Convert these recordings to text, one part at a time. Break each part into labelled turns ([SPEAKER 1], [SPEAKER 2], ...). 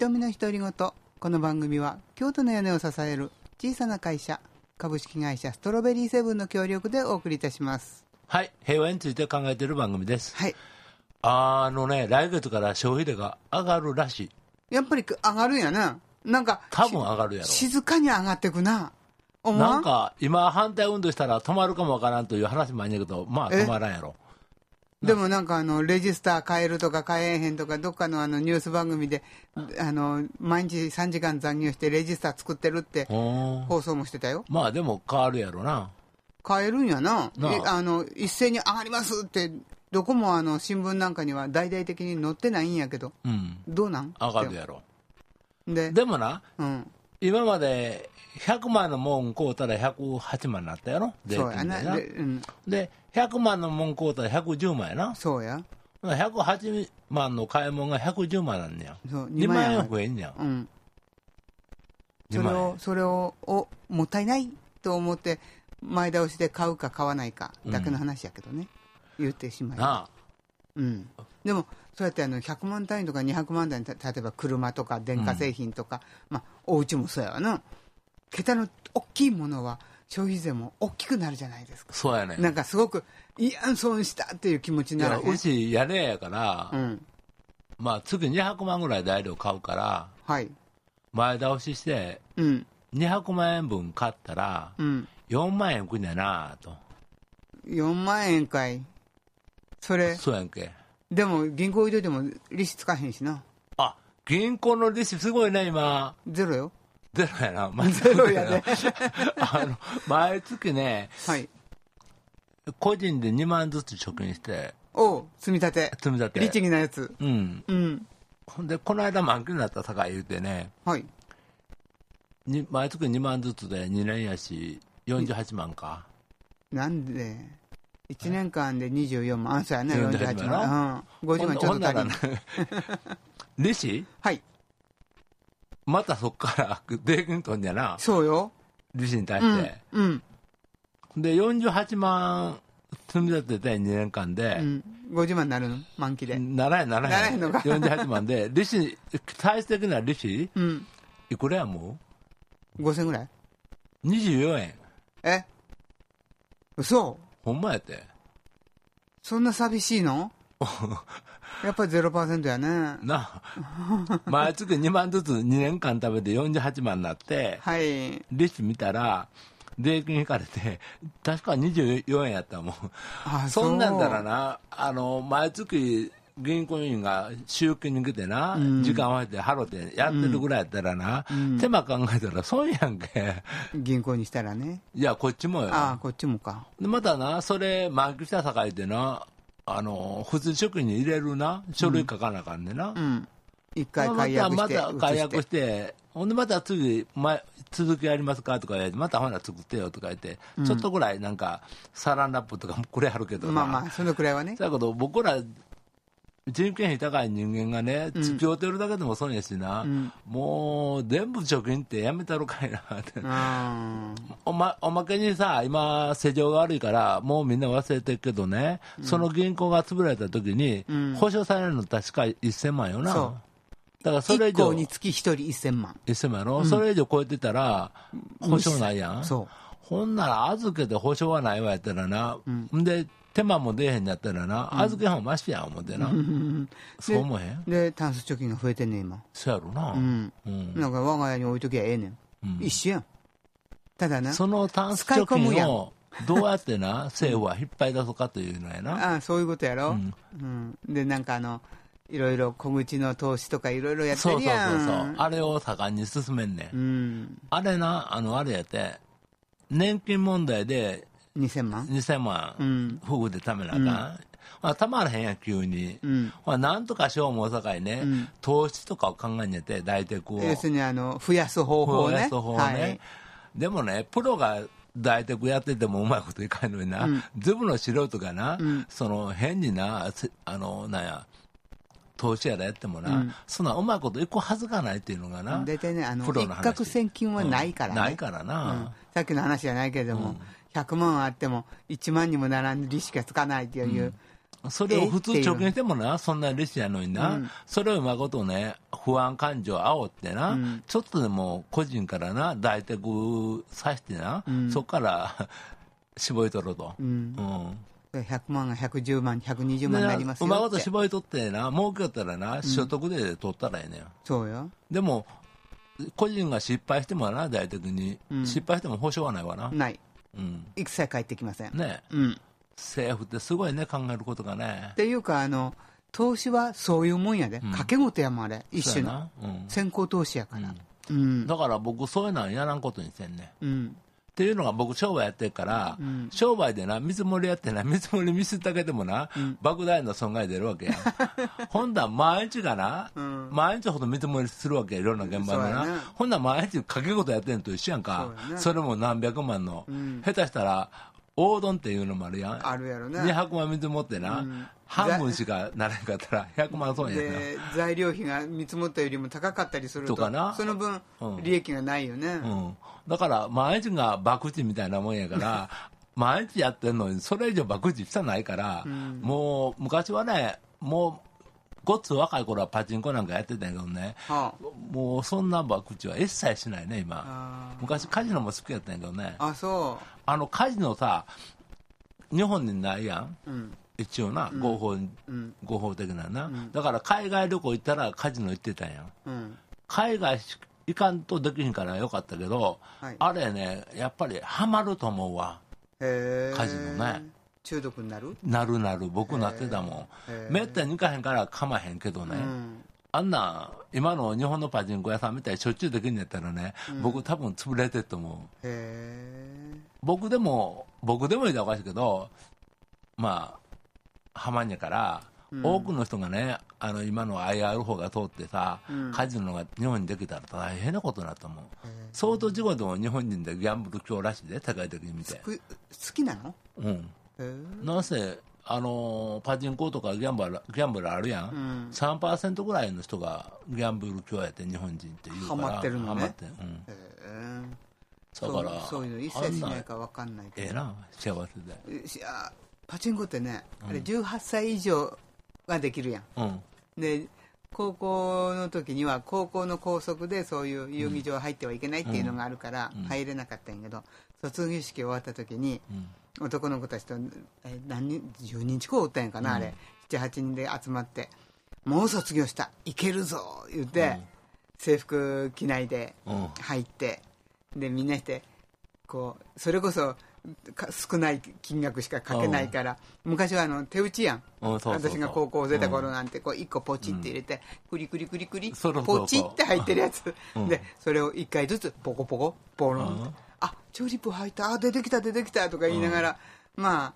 [SPEAKER 1] 瞳の独り言この番組は京都の屋根を支える小さな会社株式会社ストロベリーセブンの協力でお送りいたします
[SPEAKER 2] はい、平和について考えている番組です。
[SPEAKER 1] はい
[SPEAKER 2] あのね、来月から消費税が上がるらしい。
[SPEAKER 1] やっぱりく上がるんやななんか
[SPEAKER 2] 多分上がるやろ。
[SPEAKER 1] 静かに上がってくな思わ
[SPEAKER 2] なんか、今反対運動したら止まるかもわからんという話もあんねんけど、まあ
[SPEAKER 1] え
[SPEAKER 2] 止まらんやろ。
[SPEAKER 1] でもなんかあのレジスター変えるとか変えへんとかどっかのあのニュース番組であの毎日3時間残業してレジスター作ってるって
[SPEAKER 2] ほー
[SPEAKER 1] 放送もしてたよ
[SPEAKER 2] まあでも変わるやろな。
[SPEAKER 1] 変えるんやな
[SPEAKER 2] なあ
[SPEAKER 1] えあの一斉に上がりますってどこもあの新聞なんかには大々的に載ってないんやけど
[SPEAKER 2] うん。
[SPEAKER 1] どうなん
[SPEAKER 2] 上がるやろ。
[SPEAKER 1] で
[SPEAKER 2] でもな、
[SPEAKER 1] うん
[SPEAKER 2] 今まで100万のもん買うたら108万になったやろ。税
[SPEAKER 1] そうや
[SPEAKER 2] 金
[SPEAKER 1] な
[SPEAKER 2] でな
[SPEAKER 1] で。うん、
[SPEAKER 2] で、100万のもん買うたら110万やな。
[SPEAKER 1] そうや
[SPEAKER 2] 108万の買い物が110万なんねや。
[SPEAKER 1] そう
[SPEAKER 2] 2
[SPEAKER 1] 2万
[SPEAKER 2] 万
[SPEAKER 1] 円
[SPEAKER 2] 円増えんねや。
[SPEAKER 1] うんそれ
[SPEAKER 2] 2万円
[SPEAKER 1] を。それをおもったいないと思って前倒しで買うか買わないかだけの話やけどね、言ってしまいます
[SPEAKER 2] なあ。
[SPEAKER 1] うん、でも、そうやってあの100万単位とか200万単位、た例えば車とか電化製品とか、まあ、お家もそうやわな、桁の大きいものは消費税も大きくなるじゃないですか、
[SPEAKER 2] そうやねん。
[SPEAKER 1] なんかすごく、いや、損したっていう気持ちに
[SPEAKER 2] い
[SPEAKER 1] な
[SPEAKER 2] や
[SPEAKER 1] らへん
[SPEAKER 2] うち屋根やから、
[SPEAKER 1] うん、
[SPEAKER 2] まあ、月200万ぐらい材料買うから、
[SPEAKER 1] はい、
[SPEAKER 2] 前倒しして、
[SPEAKER 1] うん、
[SPEAKER 2] 200万円分買ったら、
[SPEAKER 1] うん、
[SPEAKER 2] 4万円浮くんやなと、
[SPEAKER 1] 4万円かい、それ、
[SPEAKER 2] そうやんけ、
[SPEAKER 1] でも銀行置いといても利子つかへんしな、
[SPEAKER 2] あ銀行の利子、すごいな、今、
[SPEAKER 1] ゼロよ、
[SPEAKER 2] ゼロやな、まあ
[SPEAKER 1] ゼロやね
[SPEAKER 2] あの毎月ね、
[SPEAKER 1] はい、
[SPEAKER 2] 個人で2万ずつ貯金して、
[SPEAKER 1] おう、積み立 て、
[SPEAKER 2] 積み立て、
[SPEAKER 1] 律儀なやつ、
[SPEAKER 2] うん、
[SPEAKER 1] うん、
[SPEAKER 2] ほんで、この間、満期になったさかい言うてね、
[SPEAKER 1] はい、
[SPEAKER 2] に毎月2万ずつで2年やし、48万か。
[SPEAKER 1] なんで、1年間で24万、あ、そうやね、
[SPEAKER 2] 48
[SPEAKER 1] 48万、うん、50万ちょっと足りん
[SPEAKER 2] ほんな。 らね利子
[SPEAKER 1] はい、
[SPEAKER 2] またそっから税金取んやな、
[SPEAKER 1] そうよ、
[SPEAKER 2] 利子に対
[SPEAKER 1] う
[SPEAKER 2] し
[SPEAKER 1] ん
[SPEAKER 2] て、。
[SPEAKER 1] うん、
[SPEAKER 2] で、48万積み立てて2年間
[SPEAKER 1] う
[SPEAKER 2] で、
[SPEAKER 1] ん、50万になるの、満期で。
[SPEAKER 2] ならへんならへん。
[SPEAKER 1] ならへん
[SPEAKER 2] 48万で、利子、最終的な利子、
[SPEAKER 1] うん、
[SPEAKER 2] いくらやも
[SPEAKER 1] 5000ぐらいう
[SPEAKER 2] ?24 円。
[SPEAKER 1] え嘘
[SPEAKER 2] ほんまやって。
[SPEAKER 1] そんな寂しいのやっぱり0%やね。
[SPEAKER 2] なあ。毎月2万ずつ2年間食べて48万になって、
[SPEAKER 1] はい。
[SPEAKER 2] 利子見たら、税金引かれて、確か24円やったもん。
[SPEAKER 1] あ
[SPEAKER 2] そんなんだら
[SPEAKER 1] な。
[SPEAKER 2] な、あの毎月銀行員が集金に来てな、
[SPEAKER 1] うん
[SPEAKER 2] 時間を置いて払ってやってるぐらいやったらな、
[SPEAKER 1] うん
[SPEAKER 2] 手間考えたら損やんけ、
[SPEAKER 1] 銀行にしたらね。
[SPEAKER 2] いや、こっちもよ、
[SPEAKER 1] ああ、こっちもか。
[SPEAKER 2] でまたな、それ、満期したさかいでな、あの普通職員に入れるな、書類書かなあかんでな、
[SPEAKER 1] うん。一回
[SPEAKER 2] ま
[SPEAKER 1] 解
[SPEAKER 2] た
[SPEAKER 1] 約し
[SPEAKER 2] ま
[SPEAKER 1] て。
[SPEAKER 2] た解約
[SPEAKER 1] 移
[SPEAKER 2] して、ほんでまた次、前続きやりますかとか言われて、またほな作ってよとか言って、ちょっとぐらいなんか、サランラップとかもくれはるけどな。
[SPEAKER 1] まあまあ、そのくらいはね。
[SPEAKER 2] だけど僕ら人件費高い人間がね、付き合ってるだけでも損やしな、
[SPEAKER 1] うん
[SPEAKER 2] もう全部貯金ってやめたろかいな って、
[SPEAKER 1] うん。
[SPEAKER 2] おまおまけにさ、今、世情が悪いから、もうみんな忘れてるけどね、その銀行が潰れた時に、
[SPEAKER 1] うん
[SPEAKER 2] 保証されるの確か1000万よな、
[SPEAKER 1] そ
[SPEAKER 2] だからそれ以
[SPEAKER 1] 1
[SPEAKER 2] 上
[SPEAKER 1] 校、につき1人1000万。
[SPEAKER 2] 1000万やろ、それ以上超えてたら、保証ないやん。
[SPEAKER 1] そう。
[SPEAKER 2] ほんなら預けて保証はないわやったらな、ん、で手間も出えへんやったらな、預けへん方マシやん思ってな、そう思えへん
[SPEAKER 1] で、タンス貯金が増えてんねん、今。
[SPEAKER 2] そうやろな、
[SPEAKER 1] うん。
[SPEAKER 2] うん
[SPEAKER 1] なんか我が家に置いときゃええねん。
[SPEAKER 2] うん
[SPEAKER 1] 一緒やん。ただな、
[SPEAKER 2] そのタンス
[SPEAKER 1] 使い
[SPEAKER 2] 貯
[SPEAKER 1] 込むや
[SPEAKER 2] 金
[SPEAKER 1] ん
[SPEAKER 2] をどうやってな政府は引っ張り出そうかというのやな、
[SPEAKER 1] ああ、そういうことやろ。
[SPEAKER 2] うん
[SPEAKER 1] うん。で、なんかあの、いろいろ小口の投資とかいろいろやって
[SPEAKER 2] そ
[SPEAKER 1] る
[SPEAKER 2] うそう
[SPEAKER 1] や。
[SPEAKER 2] そうんそうあれを盛んに進めんねん、
[SPEAKER 1] うん。
[SPEAKER 2] あれなあのあれやって年金問題で
[SPEAKER 1] 2000万
[SPEAKER 2] 2000万、
[SPEAKER 1] うん。
[SPEAKER 2] 夫婦でためなあかん、あたまらへんやん急に、
[SPEAKER 1] うん。
[SPEAKER 2] まあ、なんとかしようもおさかいね、
[SPEAKER 1] うん
[SPEAKER 2] 投資とかを考えにやって、大体こう、
[SPEAKER 1] 要するに、あの、増やす方法
[SPEAKER 2] 増や
[SPEAKER 1] ね。
[SPEAKER 2] す方法ね
[SPEAKER 1] はい。
[SPEAKER 2] でもね、プロが大体こうやっててもうまいこといかんのにな、全部の素人がな、
[SPEAKER 1] ん
[SPEAKER 2] その変にな、せあのなんや、投資やらやってもな、
[SPEAKER 1] うん
[SPEAKER 2] そんなうまいこといくはずがないっていうのがな、
[SPEAKER 1] 大体ね、あの、
[SPEAKER 2] プロ
[SPEAKER 1] 一
[SPEAKER 2] の話
[SPEAKER 1] 攫千金はないからね。
[SPEAKER 2] ないから
[SPEAKER 1] うん
[SPEAKER 2] な、
[SPEAKER 1] さっきの話じゃないけれども、100万あっても1万にも並んで利子がつかないっていう、
[SPEAKER 2] それを普通直面してもな、そんな嬉しいやのにな、それをうまいことね、不安感情を煽ってな、ちょっとでも個人からな、大宅さしてな、そこから 絞り取ろうと。
[SPEAKER 1] うん
[SPEAKER 2] うん
[SPEAKER 1] 100万が110万、120
[SPEAKER 2] で
[SPEAKER 1] 万に
[SPEAKER 2] な
[SPEAKER 1] なります
[SPEAKER 2] う
[SPEAKER 1] よ
[SPEAKER 2] まいこ
[SPEAKER 1] っ
[SPEAKER 2] と
[SPEAKER 1] て。
[SPEAKER 2] 絞り取ってな、儲けよったらな、所得税で取ったらええねん。
[SPEAKER 1] そうよ。
[SPEAKER 2] でも、個人が失敗してもな、大体に、失敗しても保証はないわな。
[SPEAKER 1] ない。
[SPEAKER 2] うん。
[SPEAKER 1] 一切返ってきません。
[SPEAKER 2] ねえ
[SPEAKER 1] うん。っ
[SPEAKER 2] 政府ってすごいね、考えることがね。
[SPEAKER 1] ていうか、あの、投資はそういうもんやで。掛け事やもんあれ。一種
[SPEAKER 2] そうや
[SPEAKER 1] の。
[SPEAKER 2] な。うん。
[SPEAKER 1] 先行投資やから。うん。
[SPEAKER 2] だから僕、そういうのはやらんことにしてんねん。っ
[SPEAKER 1] うん。
[SPEAKER 2] ていうのが僕、商売やってるから、商売でな、見積もりやってな、見積もり見せただけでもな、莫大な損害出るわ けや。ほんだら毎日がな、毎日ほど見積もりするわけや、いろんな現場でな。
[SPEAKER 1] そうやね
[SPEAKER 2] ほんなら毎日掛け事やってんのと一緒やんか。
[SPEAKER 1] そう
[SPEAKER 2] そ,、
[SPEAKER 1] やね
[SPEAKER 2] れも何百万の。
[SPEAKER 1] ん
[SPEAKER 2] 下手したら、大丼っていうのもあるやん。
[SPEAKER 1] あるやろな。
[SPEAKER 2] 200万見積もってな、
[SPEAKER 1] うん
[SPEAKER 2] 半分しかならんかったら100万損やな。
[SPEAKER 1] で、材料費が見積もったよりも高かったりすると、
[SPEAKER 2] とかな
[SPEAKER 1] その分
[SPEAKER 2] うん、
[SPEAKER 1] 利益がないよね。
[SPEAKER 2] うん、だから毎日が博打みたいなもんやから 毎日やってるのにそれ以上博打したないから、もう昔はねもうごっつ若い頃はパチンコなんかやってたんやけどね
[SPEAKER 1] は
[SPEAKER 2] もうそんな博打は一切しないね
[SPEAKER 1] あ
[SPEAKER 2] 今
[SPEAKER 1] あ
[SPEAKER 2] 昔カジノも好きやったんやけどね
[SPEAKER 1] ー。あ、そ
[SPEAKER 2] あのカジノさ日本にないやん
[SPEAKER 1] う。うん。
[SPEAKER 2] 一応な合法,、
[SPEAKER 1] うん。
[SPEAKER 2] 合法的なな、だから海外旅行行ったらカジノ行ってたんやん
[SPEAKER 1] うん。
[SPEAKER 2] 海外し行かんとできひんからよかったけど、
[SPEAKER 1] はい
[SPEAKER 2] あれね、やっぱりハマると思うわ。
[SPEAKER 1] へえ。
[SPEAKER 2] カジノね。
[SPEAKER 1] 中毒になる
[SPEAKER 2] なるなる、僕なってたも
[SPEAKER 1] へ
[SPEAKER 2] ん。めったに行かへんからかまへんけどね。
[SPEAKER 1] うん。
[SPEAKER 2] あんなん、今の日本のパチンコ屋さんみたいにしょっちゅうできんのやったらね、僕多分潰れてると思う。
[SPEAKER 1] へえ。
[SPEAKER 2] 僕でも、僕でも言うたらおかしいけど、まあ、ハマんやから、多くの人がね、あの、今の IR 法が通ってさ、
[SPEAKER 1] うん
[SPEAKER 2] カジノが日本にできたら大変なことになったもん。
[SPEAKER 1] へえ
[SPEAKER 2] 相当事故でも日本人でギャンブル強らしいで、世界的に見て。
[SPEAKER 1] く好きなの
[SPEAKER 2] うん。
[SPEAKER 1] へえ。
[SPEAKER 2] なんせ、あのーパチンコとかギャンブル、ギャンブルあるやん。
[SPEAKER 1] うん。
[SPEAKER 2] 3%ぐらいの人がギャンブル強やって日本人っていうから。
[SPEAKER 1] ハマってるのね
[SPEAKER 2] ハマってるうん。
[SPEAKER 1] へえ。
[SPEAKER 2] だから、
[SPEAKER 1] そうそういうの一切しないから分かんない
[SPEAKER 2] あんなんえ
[SPEAKER 1] け
[SPEAKER 2] え
[SPEAKER 1] ど、
[SPEAKER 2] な、幸せで。
[SPEAKER 1] しあパチンコってね、あれ18歳以上はできるやん
[SPEAKER 2] うん。
[SPEAKER 1] で高校の時には高校の校則でそういう遊技場入ってはいけないっていうのがあるから
[SPEAKER 2] うん
[SPEAKER 1] 入れなかったんやけど卒業式終わった時に
[SPEAKER 2] うん。
[SPEAKER 1] 男の子たちとえ何人10人近くおったんやかな、あれ78人で集まってもう卒業したいけるぞ言って、
[SPEAKER 2] うん
[SPEAKER 1] 制服着ないで
[SPEAKER 2] うん。
[SPEAKER 1] 入ってでみんなしてこうそれこそか少ない金額しかかけないから、昔はあの手打ちやん
[SPEAKER 2] うんそうそうそう
[SPEAKER 1] 私が高校出た頃なんてこう1個ポチって入れて、クリクリクリクリ
[SPEAKER 2] そうそうそう
[SPEAKER 1] ポチって入ってるやつ、でそれを1回ずつポコポコポロンって、
[SPEAKER 2] うん
[SPEAKER 1] あチューリップ入ったあ出てきた出てきたとか言いながら、ま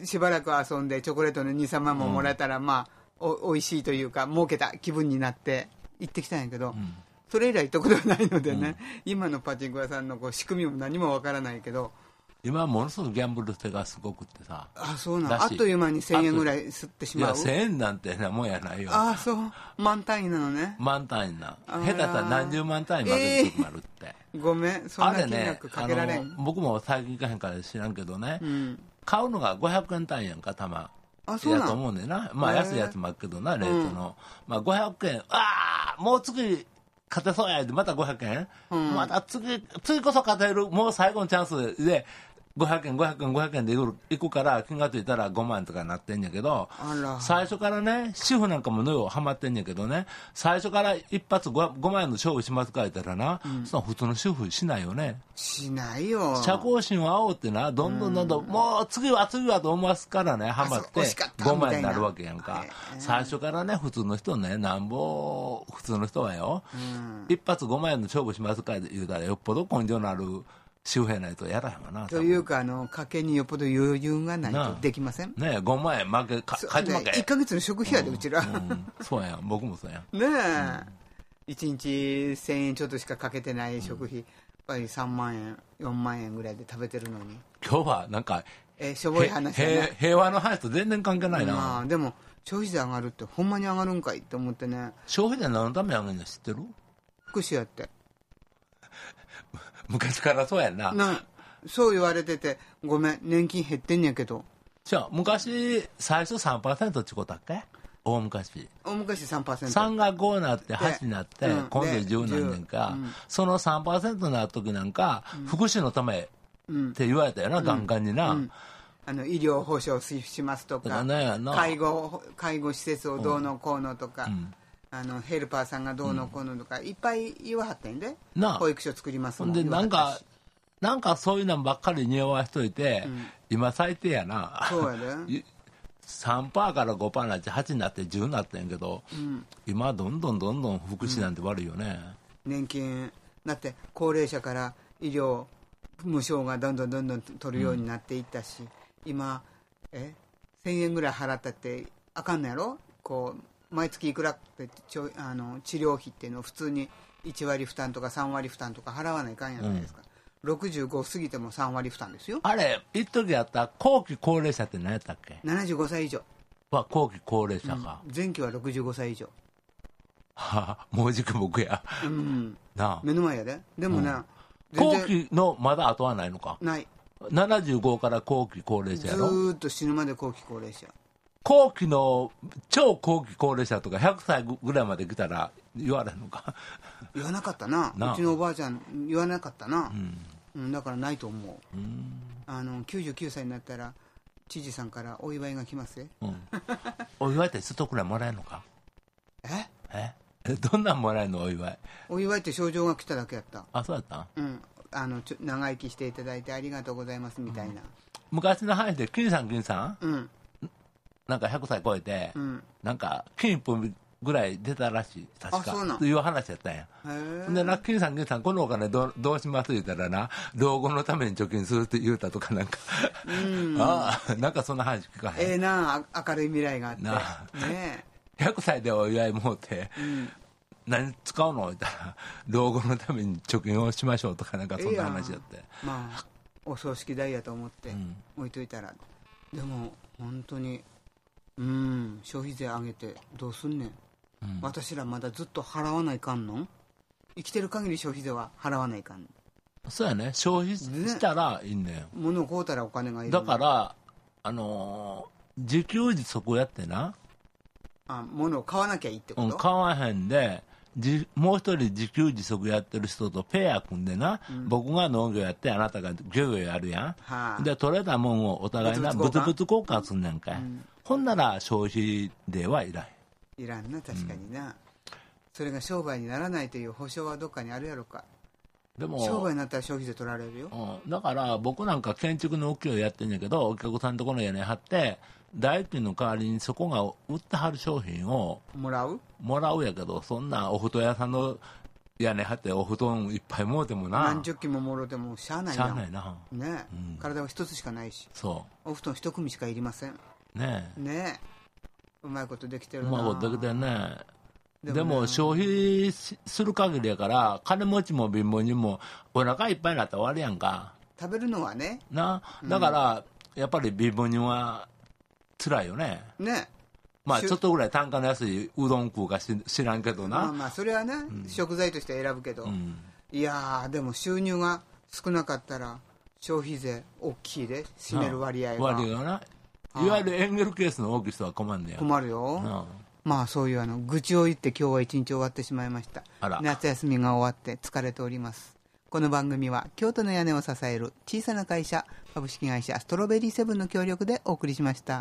[SPEAKER 1] あしばらく遊んでチョコレートの23万ももらえたら、まあおおいしいというか儲けた気分になって行ってきたんやけど、
[SPEAKER 2] うん
[SPEAKER 1] それ以来行ったことがないのでね、今のパチンコ屋さんのこう仕組みも何もわからないけど、
[SPEAKER 2] 今はものすごくギャンブル性がすごくってさ。
[SPEAKER 1] あそうな
[SPEAKER 2] だ
[SPEAKER 1] の、
[SPEAKER 2] し
[SPEAKER 1] あっという間に1000円ぐらい吸ってし
[SPEAKER 2] い
[SPEAKER 1] ま
[SPEAKER 2] や、
[SPEAKER 1] う。
[SPEAKER 2] 1000円なんてなもんやないよ。
[SPEAKER 1] あそう、満単位なのね。
[SPEAKER 2] 万単位な。
[SPEAKER 1] あら
[SPEAKER 2] 下手したら何十万単位までの時もあるって。
[SPEAKER 1] ごめん、そん
[SPEAKER 2] あ
[SPEAKER 1] な
[SPEAKER 2] れ
[SPEAKER 1] 金
[SPEAKER 2] ね
[SPEAKER 1] 額かけられん。
[SPEAKER 2] あの僕も最近行かへんから知らんけどね、
[SPEAKER 1] うん。
[SPEAKER 2] 買うのが500円単位やんか、玉。
[SPEAKER 1] あ、そう
[SPEAKER 2] や
[SPEAKER 1] な
[SPEAKER 2] と
[SPEAKER 1] の
[SPEAKER 2] 思うねんな。まあ
[SPEAKER 1] へえ
[SPEAKER 2] 安いやつもあるけどな、レートの。まあ500円、ああもう次勝てそうやで、また500円、
[SPEAKER 1] うん
[SPEAKER 2] また次、次こそ勝てる、もう最後のチャンスで、500円、500円、500円でいくいくから、金がついたら5万とかなってんやけど、
[SPEAKER 1] あら。
[SPEAKER 2] 最初からね、主婦なんかものようハマってんやけどね、最初から一発 5, 5万円の勝負しますか言ったらな、その普通の主婦しないよね。
[SPEAKER 1] しないよ。
[SPEAKER 2] 社交心を煽ってな、どんどんどんどん、もう次は次はと思わすからね、ハマって、
[SPEAKER 1] そう惜しかった
[SPEAKER 2] 5万になるわけやん
[SPEAKER 1] み
[SPEAKER 2] か
[SPEAKER 1] たいなは。い
[SPEAKER 2] 最初からね、普通の人ね、なんぼ、普通の人はよ、
[SPEAKER 1] うん。
[SPEAKER 2] 一発5万円の勝負しますか言うたら、よっぽど根性のある周平ないとやらへんわな。
[SPEAKER 1] というか、あの、家計によっぽど余裕がない
[SPEAKER 2] なあ
[SPEAKER 1] とできません。
[SPEAKER 2] 多分ね、5万円負け、か勝ち負
[SPEAKER 1] 1
[SPEAKER 2] け。
[SPEAKER 1] ヶ月の食費やで、うちら。
[SPEAKER 2] うんそうやん、僕もそうやん。
[SPEAKER 1] ねえ、1日1000円ちょっとしかかけてない食費、やっぱり3万円4万円ぐらいで食べてるのに
[SPEAKER 2] 今日はなんか、
[SPEAKER 1] えーしょぼい
[SPEAKER 2] へ
[SPEAKER 1] 話だ
[SPEAKER 2] 平
[SPEAKER 1] ね
[SPEAKER 2] 平和の話と全然関係ない
[SPEAKER 1] ま
[SPEAKER 2] な。
[SPEAKER 1] あでも消費税上がるってほんまに上がるんかいって思ってね
[SPEAKER 2] 消費税何のために上げるの知ってる
[SPEAKER 1] 福祉やって
[SPEAKER 2] 昔からそうやんな。
[SPEAKER 1] なそう言われててごめん年金減ってんやけど
[SPEAKER 2] じゃあ昔、最初3%ってことだっけ大昔。
[SPEAKER 1] 大昔3%。
[SPEAKER 2] 3が5になって、8になって、
[SPEAKER 1] うん
[SPEAKER 2] 今度
[SPEAKER 1] で
[SPEAKER 2] 10何年か、その3%になる時なんか、福祉のためって言われたよな、ガンガンにな。
[SPEAKER 1] あの医療保障しますと
[SPEAKER 2] だ
[SPEAKER 1] か、
[SPEAKER 2] からなんやな
[SPEAKER 1] 介護介護施設をどうのこうのとか、あのヘルパーさんがどうのこうのとか、いっぱい言わはったんで、
[SPEAKER 2] なあ
[SPEAKER 1] 保育所作ります
[SPEAKER 2] ほ
[SPEAKER 1] も
[SPEAKER 2] ん
[SPEAKER 1] ん
[SPEAKER 2] で、
[SPEAKER 1] 言わ
[SPEAKER 2] な
[SPEAKER 1] はっ
[SPEAKER 2] ん
[SPEAKER 1] た
[SPEAKER 2] か
[SPEAKER 1] し、
[SPEAKER 2] なんかそういうのばっかり匂わしといて、今最低やな。
[SPEAKER 1] そうやで、
[SPEAKER 2] 3%から5%になって、8になって、10になってんけど、今、どんどんどんどん福祉なんて悪いよね。
[SPEAKER 1] 年金、だって高齢者から医療、無償がどんどんどんどん取るようになっていったし、今、え1000円ぐらい払ったってあかんのやろ、こう毎月いくらってちょあの治療費っていうのを普通に1割負担とか3割負担とか払わないかんやないですか、65過ぎても3割負担ですよ。
[SPEAKER 2] あれ、一時やった後期高齢者って何やったっけ
[SPEAKER 1] 75歳以上
[SPEAKER 2] は後期高齢者か。
[SPEAKER 1] 前期は65歳以上、
[SPEAKER 2] はあもうじく僕や。
[SPEAKER 1] うん、
[SPEAKER 2] なあ。
[SPEAKER 1] 目の前やででもな、
[SPEAKER 2] 後
[SPEAKER 1] 全然
[SPEAKER 2] 期のまだ後はないのか。
[SPEAKER 1] ない
[SPEAKER 2] 75から後期高齢者
[SPEAKER 1] ず
[SPEAKER 2] やろ。
[SPEAKER 1] ーっと死ぬまで後期高齢者
[SPEAKER 2] 後期の、超後期高齢者とか100歳ぐらいまで来たら言われんのか。
[SPEAKER 1] 言わなかったな
[SPEAKER 2] なあ
[SPEAKER 1] うちのおばあちゃん言わなかったな、うんだからないと思うあの99歳になったら知事さんからお祝いが来ますよ
[SPEAKER 2] うん。お祝いって一とくらいもらえるのか。
[SPEAKER 1] え
[SPEAKER 2] ええどんなんもらえるのお祝い。
[SPEAKER 1] お祝いって症状が来ただけやった
[SPEAKER 2] あ、そうだったん
[SPEAKER 1] うんあのちょ長生きしていただいてありがとうございますみたいな
[SPEAKER 2] 昔の話で、金さん金さん
[SPEAKER 1] うん
[SPEAKER 2] なんか100歳超えて、
[SPEAKER 1] うん
[SPEAKER 2] なんか、金一本ぐらい出たらしい、確
[SPEAKER 1] あそうな
[SPEAKER 2] か。
[SPEAKER 1] ん
[SPEAKER 2] という話やったんや。
[SPEAKER 1] へえ
[SPEAKER 2] でな、金さん、金さん、このお金どうどうします言ったらな、老後のために貯金するって言うたとかなんか、ああ、なんかそんな話聞かへん。
[SPEAKER 1] ええなあ明るい未来があって
[SPEAKER 2] なあ
[SPEAKER 1] ね
[SPEAKER 2] 100歳でお祝いもうて、何使うの言ったら、老後のために貯金をしましょうとかなんか
[SPEAKER 1] え
[SPEAKER 2] そんな話やって。
[SPEAKER 1] ええやんまあお葬式代やと思って
[SPEAKER 2] ん
[SPEAKER 1] 置いといたら、でも本当にうん消費税上げてどうすんねん、
[SPEAKER 2] うん
[SPEAKER 1] 私らまだずっと払わないかんの生きてる限り消費税は払わないかん
[SPEAKER 2] そうやね、消費したらいいんだよ。
[SPEAKER 1] 物を買うたらお金がいる
[SPEAKER 2] だから、あのー自給自足やってな、
[SPEAKER 1] あ物を買わなきゃいいってこ
[SPEAKER 2] うん、
[SPEAKER 1] と、
[SPEAKER 2] 買わへんで、じもう一人自給自足やってる人とペア組んでな、僕が農業やって、あなたが漁業やるや
[SPEAKER 1] はあ
[SPEAKER 2] ん。で、取れたもんをお互いな、
[SPEAKER 1] 物
[SPEAKER 2] 物
[SPEAKER 1] 々
[SPEAKER 2] 々
[SPEAKER 1] 交換
[SPEAKER 2] 交換すんねんかい。ほんなら消費税はいらん。
[SPEAKER 1] いらんな確かにな、それが商売にならないという保証はどっかにあるやろか
[SPEAKER 2] でも、
[SPEAKER 1] 商売になったら消費税取られるよ
[SPEAKER 2] うんだから僕なんか建築の浮きをやってんだけど、お客さんのところの屋根張って、代金の代わりにそこが売ってはる商品を
[SPEAKER 1] もらう
[SPEAKER 2] もらうやけど、そんなお布団屋さんの屋根張ってお布団いっぱいもうてもな
[SPEAKER 1] 何、十機ももろてもしゃあない
[SPEAKER 2] しゃ
[SPEAKER 1] な
[SPEAKER 2] あないな。
[SPEAKER 1] ね、体は一つしかないし
[SPEAKER 2] そ
[SPEAKER 1] お布団一組しかいりません
[SPEAKER 2] う。ねえ。
[SPEAKER 1] ねえうまいことできてる
[SPEAKER 2] う
[SPEAKER 1] な
[SPEAKER 2] まいことだけだね。
[SPEAKER 1] でもね
[SPEAKER 2] でも消費しする限りやから、金持ちも貧乏人もお腹いっぱいになったら終わりやんか。
[SPEAKER 1] 食べるのはね
[SPEAKER 2] な。だから、やっぱり貧乏人は辛いよね。
[SPEAKER 1] ね
[SPEAKER 2] まあ
[SPEAKER 1] しゅ
[SPEAKER 2] ちょっとぐらい単価の安いうどん食うかし知らんけど
[SPEAKER 1] まあ
[SPEAKER 2] な。
[SPEAKER 1] まあそれはね、食材として選ぶけど、
[SPEAKER 2] うん。
[SPEAKER 1] いやーでも収入が少なかったら消費税大きいで占める割合が
[SPEAKER 2] 割合がな。いわゆるエンゲルケースの大きい人は困るんだよ。
[SPEAKER 1] 困るよ、
[SPEAKER 2] うん
[SPEAKER 1] まあそういうあの愚痴を言って今日は一日終わってしまいました
[SPEAKER 2] あら
[SPEAKER 1] 夏休みが終わって疲れておりますこの番組は京都の屋根を支える小さな会社株式会社ストロベリーセブンの協力でお送りしました